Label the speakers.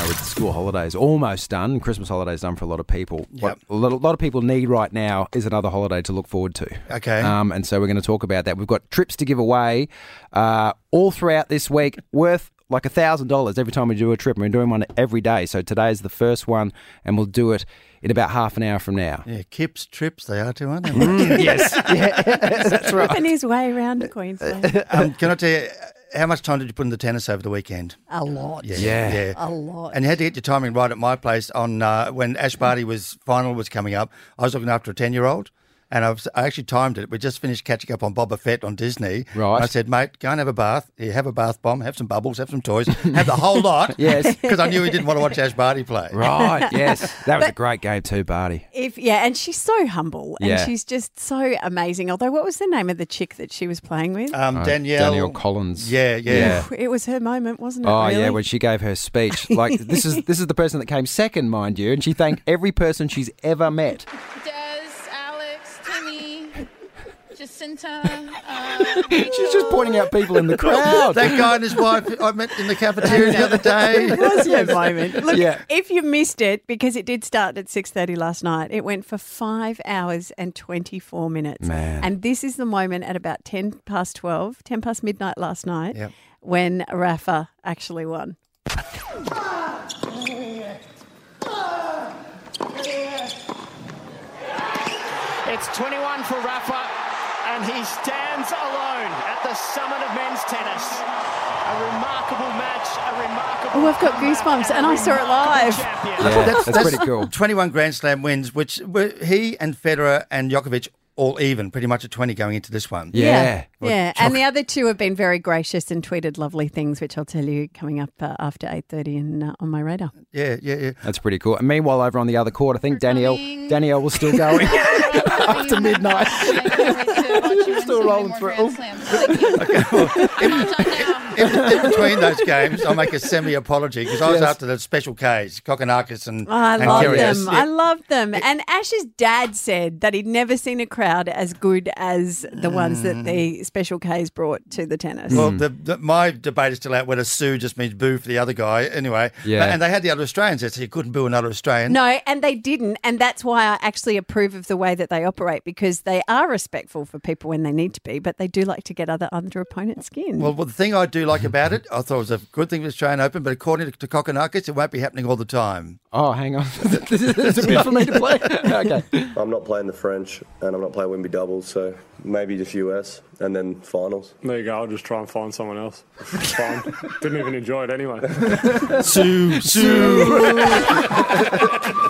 Speaker 1: uh, school holidays almost done. and Christmas holidays done for a lot of people. What
Speaker 2: Yep.
Speaker 1: a lot, a lot of people need right now is another holiday to look forward to.
Speaker 2: Okay.
Speaker 1: Um, and so we're going to talk about that. We've got trips to give away uh, all throughout this week, worth like a thousand dollars every time we do a trip. And we're doing one every day. So today's the first one, and we'll do it in about half an hour from now.
Speaker 2: Yeah, Kips trips they are too, aren't they? mate?
Speaker 1: yes, Yeah, that's right.
Speaker 3: Flipping his way around to
Speaker 1: Mm.
Speaker 3: Queensland.
Speaker 2: um, can I tell you how much time did you put in the tennis over the weekend?
Speaker 3: A lot.
Speaker 1: Yeah.
Speaker 2: yeah,
Speaker 3: A lot.
Speaker 2: And you had to get your timing right at my place on uh, when Ash Barty was final was coming up. I was looking after a ten year old. And I, was, I actually timed it. We just finished catching up on Boba Fett on Disney.
Speaker 1: Right.
Speaker 2: And I said, mate, go and have a bath. Here, have a bath bomb, have some bubbles, have some toys, have the whole lot.
Speaker 1: Yes.
Speaker 2: Because I knew he didn't want to watch Ash Barty play.
Speaker 1: Right, yes. That was a great game too, Barty.
Speaker 3: If yeah, and she's so humble and
Speaker 1: Yeah.
Speaker 3: she's just so amazing. Although what was the name of the chick that she was playing with?
Speaker 2: Um,
Speaker 1: Uh,
Speaker 2: Danielle.
Speaker 1: Danielle Collins.
Speaker 2: Yeah, yeah.
Speaker 1: Yeah.
Speaker 3: it was her moment, wasn't it?
Speaker 1: Oh yeah,
Speaker 3: really?
Speaker 1: when she gave her speech, like this is this is the person that came second, mind you, and she thanked every person she's ever met.
Speaker 4: Des, Alex, Timmy, Jacinta. Uh,
Speaker 1: She's just pointing out people in the crowd.
Speaker 2: That guy and his wife I met in the cafeteria the other day.
Speaker 3: It was her moment. Look,
Speaker 1: Yeah.
Speaker 3: if you missed it, because it did start at six thirty last night, it went for five hours and twenty four minutes.
Speaker 1: Man.
Speaker 3: And this is the moment at about ten past 12, 10 past midnight last night,
Speaker 2: Yep.
Speaker 3: when Rafa actually won.
Speaker 5: It's 21 for Rafa, and he stands alone at the summit of men's tennis. A remarkable match, a remarkable.
Speaker 3: Oh, I've got
Speaker 5: comeback,
Speaker 3: goosebumps, and
Speaker 5: a
Speaker 3: I saw it
Speaker 5: remarkable
Speaker 3: live.
Speaker 5: champion.
Speaker 1: Yeah, that's, pretty cool.
Speaker 2: 21 Grand Slam wins, which were he and Federer and Djokovic all even, pretty much at 20 going into this one.
Speaker 1: Yeah.
Speaker 3: Yeah. And the other two have been very gracious and tweeted lovely things, which I'll tell you coming up uh, after 8.30 and uh, on my radar.
Speaker 2: Yeah, yeah, yeah.
Speaker 1: That's pretty cool. And meanwhile, over on the other court, I think Danielle Danielle was still going after midnight.
Speaker 4: Still
Speaker 1: rolling through.
Speaker 2: If it's in between those games, I'll make a semi apology because I was
Speaker 1: Yes.
Speaker 2: after the special Ks, Kokonakis and,
Speaker 3: Oh, I
Speaker 2: and
Speaker 3: love
Speaker 2: Kyrgios.
Speaker 3: them. I love them. And Ash's dad said that he'd never seen a crowd as good as the ones that the Special Ks brought to the tennis.
Speaker 2: Mm. Well,
Speaker 1: Mm.
Speaker 2: the, the, my debate is still out whether Sue just means boo for the other guy. Anyway,
Speaker 1: Yeah.
Speaker 2: and they had the other Australians there, so you couldn't boo another Australian.
Speaker 3: No, and they didn't. And that's why I actually approve of the way that they operate because they are respectful for people when they need to be, but they do like to get other under opponents' skin.
Speaker 2: Well, well, the thing I do like about it, I thought it was a good thing for the Australian Open, but according to, to Kokonakis, it won't be happening all the time.
Speaker 1: Oh, hang on. this is this is a bit for me to play. Okay.
Speaker 6: I'm not playing the French and I'm not playing Wimby doubles, so maybe just US and then finals.
Speaker 7: There you go. I'll just try and find someone else. It's Fine. Didn't even enjoy it anyway.
Speaker 2: Sue, Sue.